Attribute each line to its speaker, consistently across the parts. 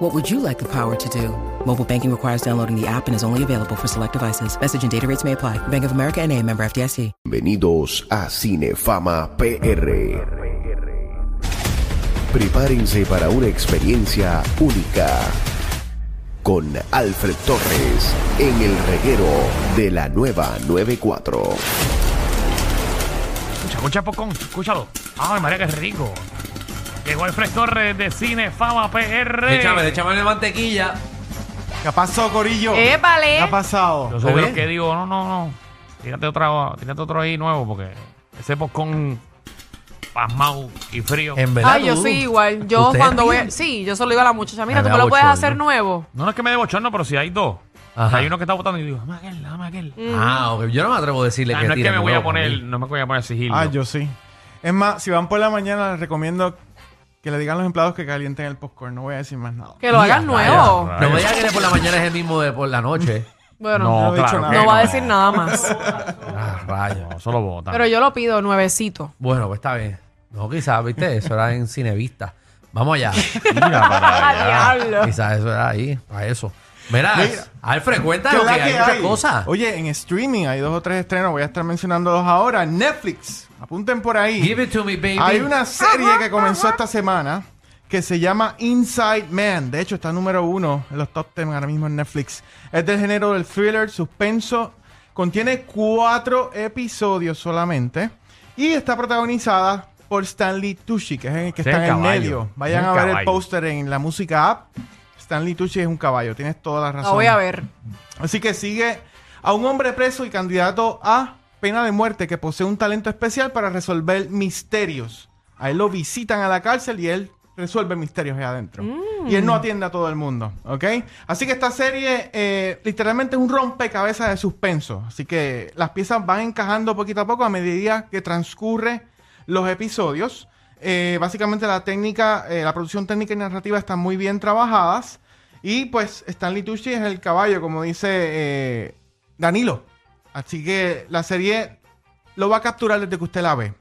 Speaker 1: What would you like the power to do? Mobile banking requires downloading the app and is only available for select devices. Message and data rates may apply. Bank of America and a member FDIC.
Speaker 2: Bienvenidos a Cinefama PR. Prepárense para una experiencia única con Alfred Torres en el reguero de la nueva 94.
Speaker 3: Escucha, escucha, Pocón, escúchalo. Ay, María, qué rico. Llegó Alfred Torres de Cine Fama PR.
Speaker 4: Échame, échame la mantequilla.
Speaker 5: ¿Qué ha pasado, Corillo?
Speaker 4: Eh,
Speaker 5: ¿Qué
Speaker 6: ¡Épale!
Speaker 5: ha pasado?
Speaker 3: Yo soy de
Speaker 4: ¿Ves?
Speaker 3: los que digo, no, no, no. Tírate otro, tírate otro ahí nuevo porque ese Pocón pasmado y frío.
Speaker 4: verdad.
Speaker 6: Ay, yo
Speaker 4: tú-
Speaker 6: soy igual. Yo
Speaker 4: ¿Usted
Speaker 6: cuando voy.
Speaker 4: ríe?
Speaker 6: Sí, yo solo digo a la muchacha, mira,
Speaker 4: Ay,
Speaker 6: tú
Speaker 4: me
Speaker 6: me
Speaker 4: da
Speaker 6: lo puedes
Speaker 4: bochorno.
Speaker 6: hacer nuevo.
Speaker 3: No, no es que me dé bochorno, pero si hay dos.
Speaker 4: Ajá.
Speaker 3: Hay uno que está votando y digo, dame aquel, dame aquel.
Speaker 4: Ah, ok. Yo no me atrevo a decirle
Speaker 3: Ah,
Speaker 4: que
Speaker 3: no es que
Speaker 4: tire
Speaker 3: me voy a
Speaker 4: nuevo,
Speaker 3: poner,
Speaker 4: mí.
Speaker 3: no me voy a poner sigilo.
Speaker 5: Ah, yo sí. Es más, si van por la mañana, les recomiendo que le digan a los empleados que calienten el popcorn. No voy a decir más nada.
Speaker 6: Que lo hagas nuevo.
Speaker 3: rayos.
Speaker 4: No me digas que de por la mañana es el mismo de por la noche.
Speaker 6: Bueno,
Speaker 3: no,
Speaker 6: no,
Speaker 5: no he dicho
Speaker 3: claro.
Speaker 5: nada.
Speaker 3: que
Speaker 5: No
Speaker 6: va a decir nada más.
Speaker 4: Ah, rayo.
Speaker 3: No, solo vota.
Speaker 6: Pero yo lo pido nuevecito.
Speaker 4: Bueno, pues está bien. No, quizás, viste, eso era en Cinevista. Vamos allá.
Speaker 3: Mira para allá.
Speaker 6: diablo!
Speaker 4: quizás eso era ahí, para eso. Mira, Alfred, cuéntanos que
Speaker 5: ¿Qué es la
Speaker 4: hay muchas
Speaker 5: que hay?
Speaker 4: cosas.
Speaker 5: Oye, en streaming hay dos o tres estrenos. Voy a estar mencionándolos ahora. Netflix. Apunten por ahí.
Speaker 4: Give it to me, baby.
Speaker 5: Hay una serie que comenzó esta semana que se llama Inside Man. De hecho, está número uno en los top 10 ahora mismo en Netflix. Es del género del thriller, suspenso. Contiene cuatro episodios solamente. Y está protagonizada por Stanley Tucci, que es el que
Speaker 3: Ese
Speaker 5: está
Speaker 3: es
Speaker 5: en
Speaker 3: el
Speaker 5: el
Speaker 3: caballo.
Speaker 5: medio. Vayan
Speaker 3: Es
Speaker 5: a
Speaker 3: un
Speaker 5: ver el
Speaker 3: caballo.
Speaker 5: póster en la música app. Stanley Tucci es un caballo, tienes toda la razón.
Speaker 6: La voy a ver.
Speaker 5: Así que sigue a un hombre preso y candidato a pena de muerte que posee un talento especial para resolver misterios. A él lo visitan a la cárcel y él resuelve misterios ahí adentro. Y él no atiende a todo el mundo, ¿ok? Así que esta serie eh, literalmente es un rompecabezas de suspenso. Así que las piezas van encajando poquito a poco a medida que transcurre los episodios. Eh, básicamente la técnica, eh, la producción técnica y narrativa están muy bien trabajadas. Y pues Stanley Tucci es el caballo, como dice eh, Danilo. Así que la serie lo va a capturar desde que usted la ve.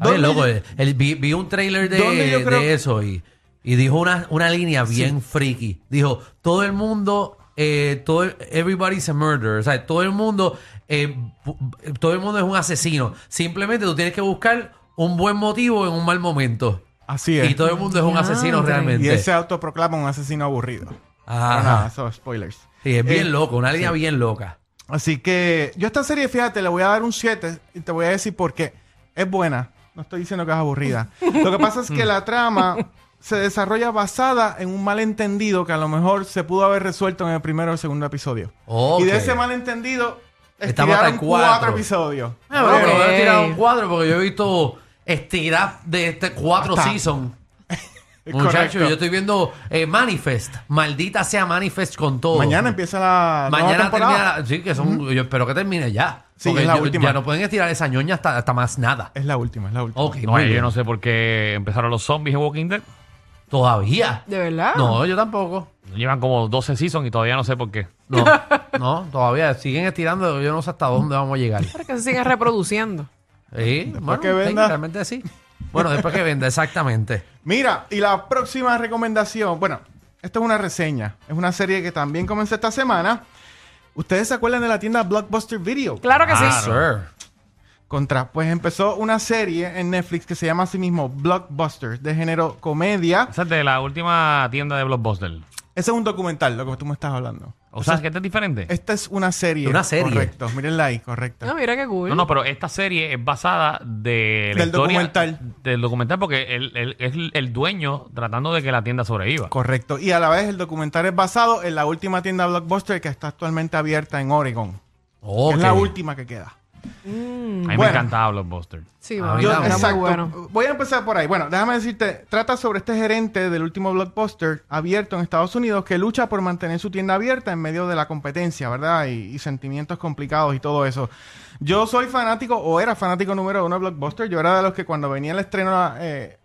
Speaker 4: A ver,
Speaker 5: ¿Dónde
Speaker 4: loco,
Speaker 5: yo-
Speaker 4: el- el- vi, vi un trailer de,
Speaker 5: ¿Dónde yo creo-
Speaker 4: de eso y, y dijo una, una línea bien freaky. Dijo, todo el mundo, eh, todo, el- everybody's a murderer. O sea, todo el mundo, eh, bu- todo el mundo es un asesino. Simplemente tú tienes que buscar un buen motivo en un mal momento.
Speaker 5: Así es.
Speaker 4: Y todo el mundo es un
Speaker 6: Diantre.
Speaker 4: asesino realmente.
Speaker 5: Y él se autoproclama un asesino aburrido. Pero nada,
Speaker 4: Ajá.
Speaker 5: eso spoilers.
Speaker 4: Sí, es bien
Speaker 5: Eh,
Speaker 4: loco, una línea bien loca.
Speaker 5: Así que yo esta serie, fíjate, le voy a dar un 7 y te voy a decir por qué. Es buena, no estoy diciendo que es aburrida. Lo que pasa es que la trama se desarrolla basada en un malentendido que a lo mejor se pudo haber resuelto en el primero o el segundo episodio.
Speaker 4: Ok.
Speaker 5: Y de ese malentendido
Speaker 4: Estamos hasta
Speaker 5: estiraron
Speaker 4: el
Speaker 5: cuatro.
Speaker 4: cuatro.
Speaker 5: episodios.
Speaker 4: Ah, bueno,
Speaker 6: Ok.
Speaker 4: pero voy a tirar un cuadro porque yo he visto estirar de este cuatro
Speaker 5: Hasta-
Speaker 4: seasons.
Speaker 5: Es
Speaker 4: Muchachos,
Speaker 5: correcto.
Speaker 4: yo estoy viendo eh, Manifest. Maldita sea Manifest con todo.
Speaker 5: Mañana empieza la nueva
Speaker 4: Mañana
Speaker 5: temporada.
Speaker 4: termina. la- Sí, que son. Yo espero que termine ya.
Speaker 5: Sí,
Speaker 4: Porque
Speaker 5: es la
Speaker 4: yo-
Speaker 5: última. Eh,
Speaker 4: Ya no pueden estirar esa ñoña hasta, hasta más nada.
Speaker 5: Es la última, es la última.
Speaker 4: Ok,
Speaker 3: No,
Speaker 4: muy
Speaker 3: yo
Speaker 4: bien.
Speaker 3: no sé por qué empezaron los zombies en Walking Dead.
Speaker 4: Todavía.
Speaker 6: ¿De verdad?
Speaker 4: No, yo tampoco.
Speaker 3: Llevan como 12 seasons y todavía no sé por qué.
Speaker 4: No, no, todavía siguen estirando. Yo no sé hasta dónde vamos a llegar.
Speaker 6: Para que se siga reproduciendo.
Speaker 4: Sí, bueno,
Speaker 5: que venda.
Speaker 4: técnicamente sí. Bueno, después que venda, exactamente.
Speaker 5: Mira, y la próxima recomendación, bueno, esto es una reseña, es una serie que también comenzó esta semana. ¿Ustedes se acuerdan de la tienda Blockbuster Video?
Speaker 6: Claro que
Speaker 4: Ah,
Speaker 6: sí.
Speaker 4: sir.
Speaker 5: Contra, pues empezó una serie en Netflix que se llama así mismo Blockbuster, de género comedia.
Speaker 3: Esa es de la última tienda de Blockbuster.
Speaker 5: Ese es un documental, lo que tú me estás hablando.
Speaker 3: O sea, que esta es diferente.
Speaker 5: Esta es una serie.
Speaker 4: Una serie. Ah.
Speaker 5: Correcto, mírenla ahí, correcto.
Speaker 6: No, Ah, mira qué cool.
Speaker 3: No, no, pero esta serie es basada de la
Speaker 5: Del
Speaker 3: historia-
Speaker 5: documental.
Speaker 3: Del documental, porque él, él es el dueño tratando de que la tienda sobreviva.
Speaker 5: Correcto. Y a la vez el documental es basado en la última tienda Blockbuster que está actualmente abierta en Oregon.
Speaker 4: Ok.
Speaker 5: Es la última que queda.
Speaker 3: A mí me
Speaker 5: Bueno.
Speaker 3: encantaba Blockbuster.
Speaker 6: Sí,
Speaker 4: Ah,
Speaker 6: bueno,
Speaker 4: yo-
Speaker 6: era muy
Speaker 5: exacto.
Speaker 6: bueno.
Speaker 5: Voy a empezar por ahí. Bueno, déjame decirte, trata sobre este gerente del último blockbuster abierto en Estados Unidos que lucha por mantener su tienda abierta en medio de la competencia, ¿verdad? Y, y sentimientos complicados y todo eso. Yo soy fanático o era fanático número uno de blockbuster. Yo era de los que cuando venía el estreno eh,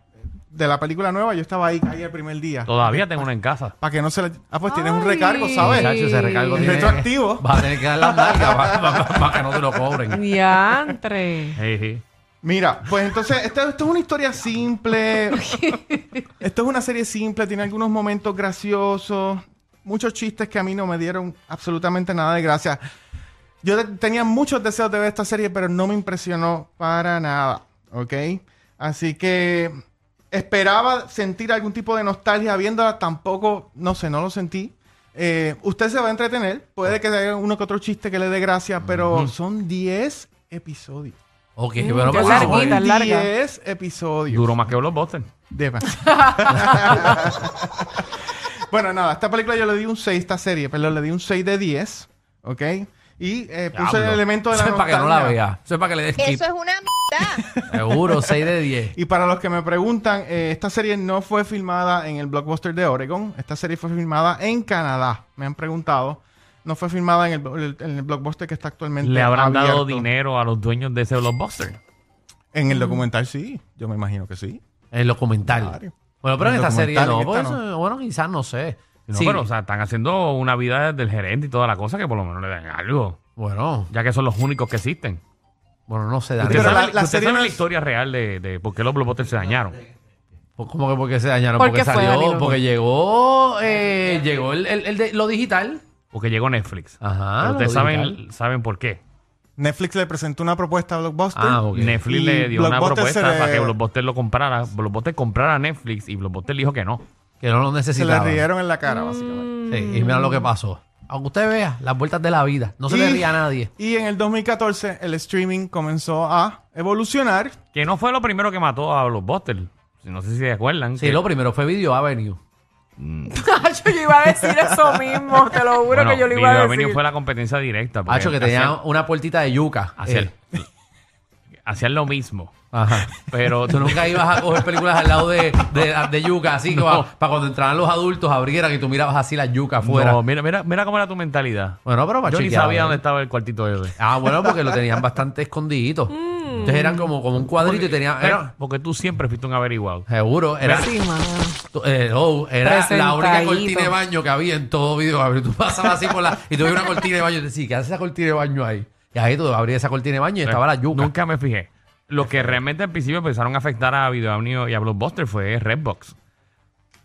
Speaker 5: de la película nueva, yo estaba ahí, ahí el primer día.
Speaker 3: Todavía tengo una en casa.
Speaker 5: Para que no se le... Ah, pues tienes un
Speaker 6: Ay.
Speaker 5: recargo, ¿sabes?
Speaker 3: Muchacho, ese recargo
Speaker 5: Es
Speaker 3: tiene-
Speaker 5: retroactivo.
Speaker 4: Vas a tener que dar las marcas para que no te lo cobren.
Speaker 6: Diantre.
Speaker 3: Sí, sí.
Speaker 5: Mira, pues entonces, esto, esto es una historia simple. esto es una serie simple, tiene algunos momentos graciosos, muchos chistes que a mí no me dieron absolutamente nada de gracia. Yo te- tenía muchos deseos de ver esta serie, pero no me impresionó para nada, ¿ok? Así que esperaba sentir algún tipo de nostalgia viéndola, tampoco, no sé, no lo sentí. Eh, usted se va a entretener, puede que haya uno que otro chiste que le dé gracia, pero son 10 episodios.
Speaker 4: Ok, pues
Speaker 6: Mm,
Speaker 4: pero
Speaker 6: qué
Speaker 4: por
Speaker 6: larguita.
Speaker 4: favor.
Speaker 5: Son
Speaker 6: larga.
Speaker 5: 10 episodios.
Speaker 3: Duró más que Blockbuster.
Speaker 5: De más. bueno, nada, esta película yo le di un 6, esta serie, perdón, le di un 6 de 10, ¿ok? Y eh, puse
Speaker 3: Diablo.
Speaker 5: el elemento de
Speaker 4: Eso
Speaker 5: la
Speaker 4: es para que no la
Speaker 5: nostalgia.
Speaker 4: vea. Eso es para que le des skip.
Speaker 7: Eso es una mierda.
Speaker 4: Seguro, 6 de 10.
Speaker 5: Y para los que me preguntan, eh, esta serie no fue filmada en el blockbuster de Oregon. Esta serie fue filmada en Canadá. Me han preguntado. No fue filmada en el, en el blockbuster que está actualmente.
Speaker 3: Le habrán dado
Speaker 5: abierto.
Speaker 3: dinero a los dueños de ese Blockbuster.
Speaker 5: En el documental sí. Yo me imagino que sí.
Speaker 4: En los comentarios.
Speaker 5: Claro.
Speaker 4: Bueno, pero en
Speaker 5: En
Speaker 4: esta
Speaker 5: los
Speaker 4: serie no.
Speaker 5: comentarios,
Speaker 4: por
Speaker 5: en esta
Speaker 4: eso, Bueno, quizás no sé.
Speaker 3: No,
Speaker 4: Sí,
Speaker 3: pero, o sea, están haciendo una vida del gerente y toda la cosa que por lo menos le den algo.
Speaker 4: Bueno,
Speaker 3: Ya que son los únicos que existen.
Speaker 4: bueno, no sé.
Speaker 3: Usted
Speaker 5: Pero
Speaker 4: Daniel.
Speaker 5: la-
Speaker 3: sabe,
Speaker 5: la
Speaker 3: usted
Speaker 5: serie
Speaker 3: sabe
Speaker 5: no
Speaker 3: la
Speaker 5: es-
Speaker 3: historia real de, de por qué los Blockbusters se dañaron.
Speaker 4: Pues, ¿Cómo que porque se dañaron?
Speaker 6: ¿Por
Speaker 4: Porque
Speaker 6: qué fue,
Speaker 4: salió,
Speaker 6: Danilo?
Speaker 4: porque llegó, eh, llegó el, el- el de- lo digital.
Speaker 3: Porque llegó Netflix.
Speaker 4: Ajá,
Speaker 3: Pero ustedes
Speaker 4: lo
Speaker 3: saben,
Speaker 4: Ah, digital.
Speaker 3: saben por qué.
Speaker 5: Netflix le presentó una propuesta a Blockbuster.
Speaker 4: Ah, ok.
Speaker 3: Netflix
Speaker 5: Y
Speaker 3: le dio una
Speaker 5: Blockbuster
Speaker 3: propuesta
Speaker 5: se le-
Speaker 3: para que Blockbuster lo comprara. Blockbuster comprara a Netflix y Blockbuster dijo que no.
Speaker 4: Que no lo
Speaker 5: Se le
Speaker 4: necesitaban.
Speaker 5: rieron en la cara, básicamente.
Speaker 4: Sí, y mira lo que pasó. Aunque usted vea las vueltas de la vida, no se le
Speaker 5: Y-
Speaker 4: ría a nadie.
Speaker 5: Y en el 2014 el streaming comenzó a evolucionar.
Speaker 3: Que no fue lo primero que mató a Blockbuster. No sé si se acuerdan.
Speaker 4: Sí,
Speaker 3: que-
Speaker 4: lo primero fue Video Avenue.
Speaker 6: Hacho, yo iba a decir eso mismo. Te lo juro
Speaker 3: Bueno,
Speaker 6: que yo lo iba
Speaker 3: Video
Speaker 6: a
Speaker 3: Avenue
Speaker 6: decir.
Speaker 3: fue la competencia directa. porque
Speaker 4: Hacho, que tenía una puertita de yuca.
Speaker 3: Hacían,
Speaker 4: Eh,
Speaker 3: hacían- hacían lo mismo.
Speaker 4: Ajá.
Speaker 3: Pero
Speaker 4: Tú nunca ibas a coger películas al lado de, de, de yuca, así que para cuando entraran los adultos abrieran y tú mirabas así la yuca afuera.
Speaker 3: No, mira, mira, mira cómo era tu mentalidad.
Speaker 4: Bueno, pero para
Speaker 3: Yo ni
Speaker 4: chequear,
Speaker 3: sabía
Speaker 4: ¿eh?
Speaker 3: dónde estaba el cuartito ese.
Speaker 4: Ah, bueno, porque lo tenían bastante escondidito. Entonces eran como, como un cuadrito y tenían... era-
Speaker 3: Porque tú siempre fuiste un averiguado.
Speaker 4: seguro, era...
Speaker 6: Sí, mano.
Speaker 4: Tú- eh, oh, era la única
Speaker 6: Presentadito.
Speaker 4: cortina de baño que había en todo video. Gabriel. Tú pasabas así por la. Y tú veías una cortina de baño y te decías, ¿qué hace esa cortina de baño ahí? Y ahí tú abrías esa cortina de baño y estaba la yuca.
Speaker 3: Eh, Nunca me fijé. Lo que realmente al principio empezaron a afectar a Video Avenue y a Blockbuster fue Redbox.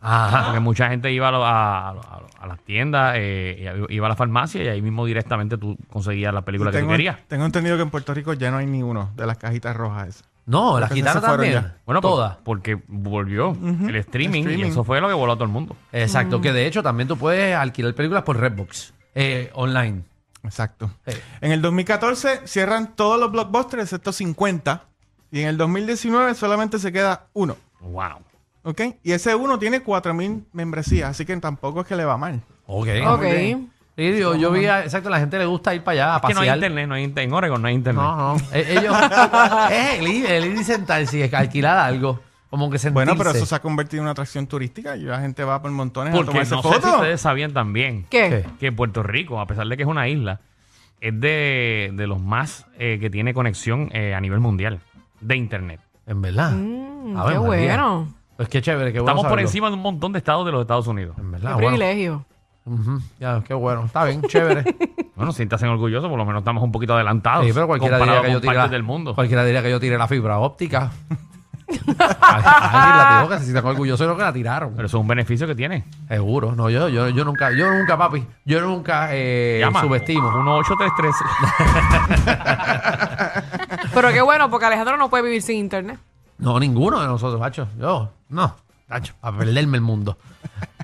Speaker 4: Ajá.
Speaker 3: Porque mucha gente iba a, lo- a- a- a las tiendas, eh, iba a la farmacia y ahí mismo directamente tú conseguías la película que tú
Speaker 5: Tengo,
Speaker 3: querías.
Speaker 5: tengo entendido que en Puerto Rico ya no hay ni uno de las cajitas rojas esas.
Speaker 4: No, las
Speaker 5: Porque
Speaker 4: quitaron
Speaker 5: se fueron
Speaker 4: también.
Speaker 5: ya.
Speaker 3: Bueno, pues, por-
Speaker 4: todas.
Speaker 3: porque volvió el, streaming,
Speaker 5: el
Speaker 3: y
Speaker 5: streaming.
Speaker 3: eso fue lo que voló a todo el mundo. Mm.
Speaker 4: Exacto, que de hecho también tú puedes alquilar películas por Redbox eh, online.
Speaker 5: Exacto.
Speaker 4: Sí.
Speaker 5: En el 2014 cierran todos los blockbusters excepto 50. Y en el 2019 solamente se queda uno.
Speaker 3: Wow.
Speaker 5: ¿Ok? Y ese uno tiene 4.000 membresías, así que tampoco es que le va mal.
Speaker 4: Ok.
Speaker 6: Ok.
Speaker 5: bien.
Speaker 4: Sí, digo, yo vi, a- exacto, la gente le gusta ir para allá a
Speaker 3: Que no hay
Speaker 4: pasear.
Speaker 3: internet, no hay internet. En Oregon no hay internet.
Speaker 4: no, no. Eh, Ellos. es el ir, el ir y sentarse y alquilar algo. Como que sentirse.
Speaker 5: Bueno, pero eso se ha convertido en una atracción turística y la gente va por montones a
Speaker 3: Porque
Speaker 5: tomarse
Speaker 3: no sé si
Speaker 5: fotos.
Speaker 3: ustedes sabían también
Speaker 6: ¿Qué?
Speaker 4: ¿Qué?
Speaker 3: que Puerto Rico, a pesar de que es una isla, es de, de los más eh, que tiene conexión eh, a nivel mundial de internet.
Speaker 4: En verdad.
Speaker 6: Mm,
Speaker 4: Ave
Speaker 6: qué
Speaker 4: María.
Speaker 6: bueno.
Speaker 4: Pues qué chévere, qué bueno.
Speaker 3: Estamos por
Speaker 4: saberlo.
Speaker 3: encima de un montón de estados de los Estados Unidos.
Speaker 4: En
Speaker 6: Qué
Speaker 4: verdad, bueno.
Speaker 6: privilegio.
Speaker 4: Ujú, Ya, qué bueno. Está bien, chévere. Pues Sí,
Speaker 3: Bueno, si estás orgullosos, por lo menos estamos un poquito adelantados.
Speaker 4: pero cualquiera diría
Speaker 3: comparado
Speaker 4: que yo
Speaker 3: con partes
Speaker 4: tire
Speaker 3: del mundo.
Speaker 4: Cualquiera diría que yo tiré la fibra óptica. Ay, Alguien la tiró que se sienta orgulloso de lo que la tiraron.
Speaker 3: Pero eso es un beneficio que tiene.
Speaker 4: Seguro. No, yo, yo, yo nunca, yo nunca, papi. Yo nunca eh,
Speaker 3: Llama.
Speaker 4: subestimo.
Speaker 3: 1833.
Speaker 6: Pero qué bueno, porque Alejandro no puede vivir sin internet.
Speaker 4: No, ninguno de nosotros, macho. Yo, no, macho, a perderme el mundo.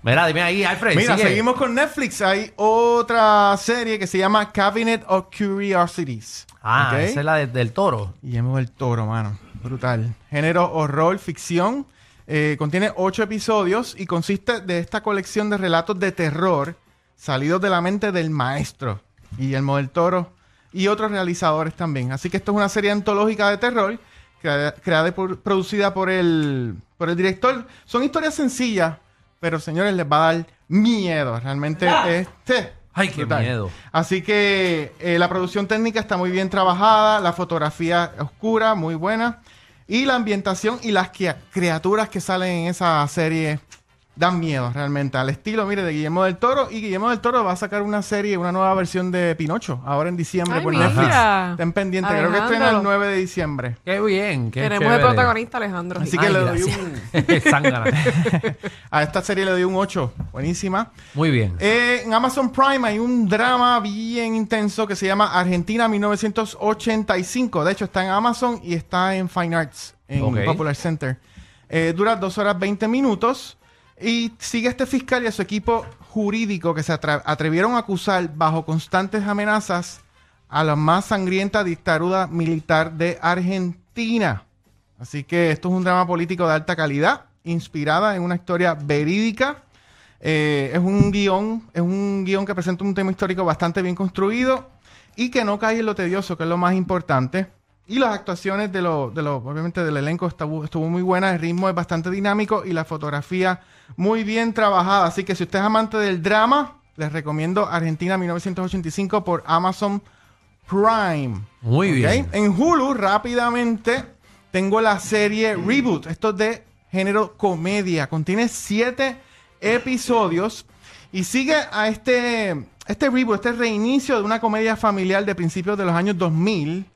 Speaker 4: Mira, dime ahí, Alfred.
Speaker 5: Mira,
Speaker 4: sigue.
Speaker 5: seguimos con Netflix. Hay otra serie que se llama Cabinet of Curiosities.
Speaker 4: Ah,
Speaker 5: ¿Ok?
Speaker 4: esa es la de- del toro.
Speaker 5: Guillermo del Toro, mano. Brutal. Género horror, ficción. Eh, contiene ocho episodios y consiste de esta colección de relatos de terror salidos de la mente del maestro Guillermo del Toro. y otros realizadores también. Así que esto es una serie antológica de terror crea- creada y por- producida por el, por el director. Son historias sencillas, pero señores, les va a dar miedo. Realmente este.
Speaker 4: Ay, qué
Speaker 5: brutal.
Speaker 4: miedo.
Speaker 5: Así que eh, la producción técnica está muy bien trabajada, la fotografía oscura, muy buena. Y la ambientación y las que- criaturas que salen en esa serie dan miedo realmente. Al estilo, mire, de Guillermo del Toro. Y Guillermo del Toro va a sacar una serie, una nueva versión de Pinocho, ahora en diciembre
Speaker 6: Ay,
Speaker 5: por
Speaker 6: mira.
Speaker 5: Netflix. Estén pendientes, creo que estrena el
Speaker 6: Alejandro.
Speaker 5: 9 de diciembre.
Speaker 4: Qué bien. Qué
Speaker 6: Tenemos
Speaker 4: chévere.
Speaker 6: el protagonista Alejandro.
Speaker 5: Así que
Speaker 4: Ay,
Speaker 5: le doy
Speaker 4: gracias.
Speaker 5: un-
Speaker 4: Zángana.
Speaker 5: a esta serie le doy un 8. Buenísima.
Speaker 4: Muy bien.
Speaker 5: Eh, en Amazon Prime hay un drama bien intenso que se llama Argentina 1985. De hecho, está en Amazon y está en Fine Arts, en
Speaker 4: Ok.
Speaker 5: Popular Center. Eh, dura 2 horas 20 minutos y sigue este fiscal y a su equipo jurídico que se atra- atrevieron a acusar bajo constantes amenazas a la más sangrienta dictadura militar de Argentina. Así que esto es un drama político de alta calidad, inspirada en una historia verídica. Eh, es un guión, es un guión que presenta un tema histórico bastante bien construido y que no cae en lo tedioso, que es lo más importante. Y las actuaciones de lo, de lo- obviamente del elenco estuvo, estuvo muy buena, el ritmo es bastante dinámico y la fotografía muy bien trabajada. Así que si usted es amante del drama, les recomiendo Argentina 1985 por Amazon Prime.
Speaker 4: Muy
Speaker 5: ¿Ok?
Speaker 4: bien.
Speaker 5: En Hulu, rápidamente, tengo la serie Reboot. Esto es de género comedia. Contiene siete episodios. Y sigue a este, este reboot, este reinicio de una comedia familiar de principios de los años 2000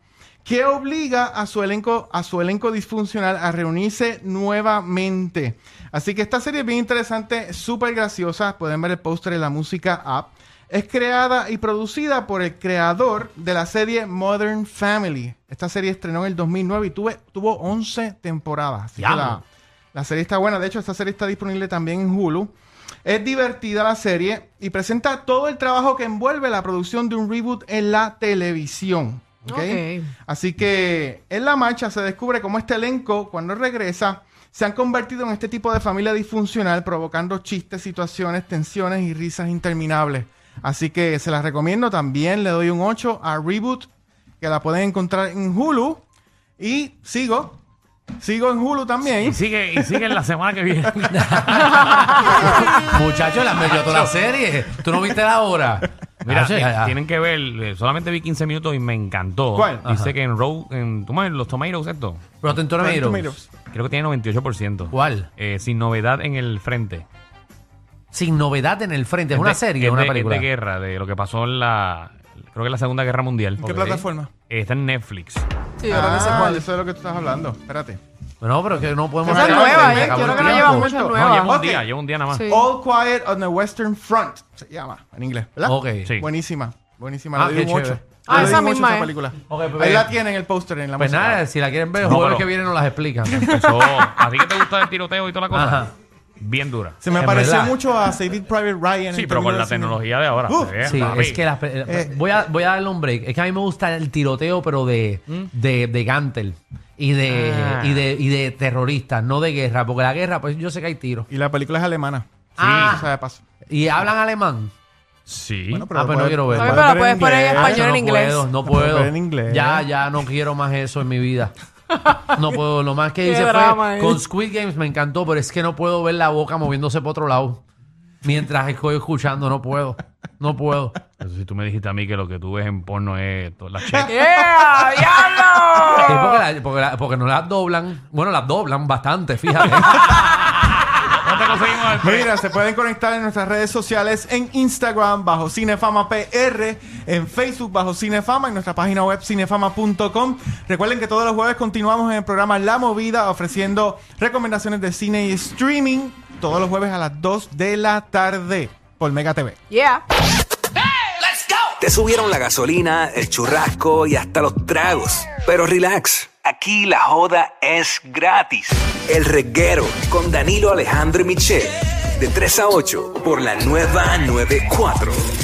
Speaker 5: que obliga a su elenco, a su elenco disfuncional a reunirse nuevamente. Así que esta serie es bien interesante, súper graciosa. Pueden ver el póster en la música app. Es creada y producida por el creador de la serie Modern Family. Esta serie estrenó en el 2009 y tuve- tuvo 11 temporadas. Así que
Speaker 4: Diablo.
Speaker 5: la, la serie está buena. De hecho, esta serie está disponible también en Hulu. Es divertida la serie y presenta todo el trabajo que envuelve la producción de un reboot en la televisión. ¿ok?
Speaker 6: Ok.
Speaker 5: Así que en la marcha se descubre cómo este elenco, cuando regresa, se han convertido en este tipo de familia disfuncional, provocando chistes, situaciones, tensiones y risas interminables. Así que se las recomiendo. También le doy un 8 a Reboot, que la pueden encontrar en Hulu. Y sigo. Sigo en Hulu
Speaker 3: Y
Speaker 5: también.
Speaker 3: sigue, y sigue en la semana que viene.
Speaker 4: Ah, Muchachos, las metió toda la serie. ¿Tú no viste la hora?
Speaker 3: Mira,
Speaker 4: Hacho, ya, ya.
Speaker 3: tienen que ver, eh, solamente vi 15 minutos y me encantó.
Speaker 5: ¿Cuál?
Speaker 3: Dice que en Row, en, ¿tú sabes los Tomatoes esto?
Speaker 4: eh, Rotten
Speaker 5: Rotten
Speaker 4: Tomatoes.
Speaker 5: Tomatoes.
Speaker 3: Creo que tiene 98%.
Speaker 4: ¿Cuál?
Speaker 3: Eh, sin novedad en el frente.
Speaker 4: Sin novedad en el frente. Es una
Speaker 3: de-
Speaker 4: serie, es una
Speaker 3: de-
Speaker 4: película.
Speaker 3: Es de guerra, de lo que pasó en la, creo que en la Segunda Guerra Mundial.
Speaker 5: ¿En qué
Speaker 3: Ok.
Speaker 5: plataforma?
Speaker 3: Eh, está en Netflix.
Speaker 6: Sí, yo creo que sé
Speaker 5: Ah,
Speaker 6: cuál.
Speaker 5: eso es lo que tú estás hablando. Espérate.
Speaker 4: No, pero que no podemos...
Speaker 6: Esa es
Speaker 4: hablar
Speaker 6: nueva,
Speaker 4: porque
Speaker 6: ¿eh?
Speaker 4: acabó
Speaker 6: Yo
Speaker 4: el
Speaker 6: creo que no
Speaker 4: tiempo.
Speaker 6: lleva mucho
Speaker 5: No,
Speaker 3: No,
Speaker 6: nueva.
Speaker 3: lleva un
Speaker 5: Ok.
Speaker 3: día, lleva un día nada más.
Speaker 6: Sí.
Speaker 5: All Quiet on the Western Front se llama en inglés, ¿verdad?
Speaker 4: Ok.
Speaker 3: Sí.
Speaker 5: Buenísima, buenísima.
Speaker 4: Ah,
Speaker 5: le doy
Speaker 4: qué
Speaker 5: un
Speaker 4: chévere.
Speaker 5: 8.
Speaker 6: Ah, esa misma es.
Speaker 5: película.
Speaker 4: Ok, pues
Speaker 5: Ahí
Speaker 4: bien.
Speaker 5: la tienen el póster en la
Speaker 4: Pues
Speaker 5: música.
Speaker 4: nada, si la quieren ver, el
Speaker 3: No,
Speaker 4: jueves
Speaker 3: pero-
Speaker 4: que viene nos las explican.
Speaker 3: Empezó. ¿A ti que te gusta el tiroteo y toda la cosa?
Speaker 4: Ajá.
Speaker 3: Bien dura.
Speaker 5: Se me
Speaker 4: en
Speaker 5: pareció
Speaker 4: verdad.
Speaker 5: mucho a Saving Private Ryan.
Speaker 3: Sí,
Speaker 5: en
Speaker 3: pero con
Speaker 5: términos
Speaker 3: la
Speaker 5: de cine.
Speaker 3: tecnología de ahora.
Speaker 5: Uf,
Speaker 3: se ve,
Speaker 4: Sí,
Speaker 3: papi.
Speaker 4: es que las... pe-
Speaker 5: Eh.
Speaker 4: voy, a, voy a darle un break. Es que a mí me gusta el tiroteo, pero de, de, de Gantel. Y de,
Speaker 3: Ah.
Speaker 4: y, de, y de terroristas, no de guerra. Porque la guerra, pues yo sé que hay tiros.
Speaker 5: Y la película es alemana.
Speaker 4: Ah.
Speaker 5: O sea, de paso.
Speaker 4: Y hablan alemán.
Speaker 3: Sí.
Speaker 4: Ah, pero no
Speaker 5: puede-
Speaker 4: quiero verlo.
Speaker 5: puede
Speaker 4: Ay,
Speaker 6: pero
Speaker 5: ver
Speaker 6: puedes poner en
Speaker 4: Ay,
Speaker 6: español.
Speaker 4: no
Speaker 6: inglés.
Speaker 4: puedo, no
Speaker 5: Ah, puedo
Speaker 4: puedo.
Speaker 5: ver en inglés.
Speaker 4: Ya, ya, no quiero más eso en mi vida. No puedo. Lo más que
Speaker 6: Qué
Speaker 4: hice
Speaker 6: drama,
Speaker 4: fue
Speaker 6: eh.
Speaker 4: con Squid Games me encantó, pero es que no puedo ver la boca moviéndose para otro lado. Mientras estoy escuchando, no puedo. No puedo.
Speaker 3: Pero si tú me dijiste a mí que lo que tú ves en porno es to- la checa.
Speaker 6: ¡Yeah!
Speaker 4: Sí,
Speaker 6: ¡Diablo!
Speaker 4: porque, la- porque la- porque no las doblan. Bueno, las doblan bastante, fíjate.
Speaker 3: ¿Dónde conseguimos el pre-
Speaker 5: Mira, se pueden conectar en nuestras redes sociales en Instagram bajo Cinefama PR, en Facebook bajo Cinefama, en nuestra página web cinefama.com. Recuerden que todos los jueves continuamos en el programa La Movida ofreciendo recomendaciones de cine y streaming todos los jueves a las 2 de la tarde por Mega TV.
Speaker 6: ¡Yeah!
Speaker 7: Te subieron la gasolina, el churrasco y hasta los tragos. Pero relax, aquí la joda es gratis. El reguero con Danilo Alejandro y Michel. De 3 a 8 por la nueva 94.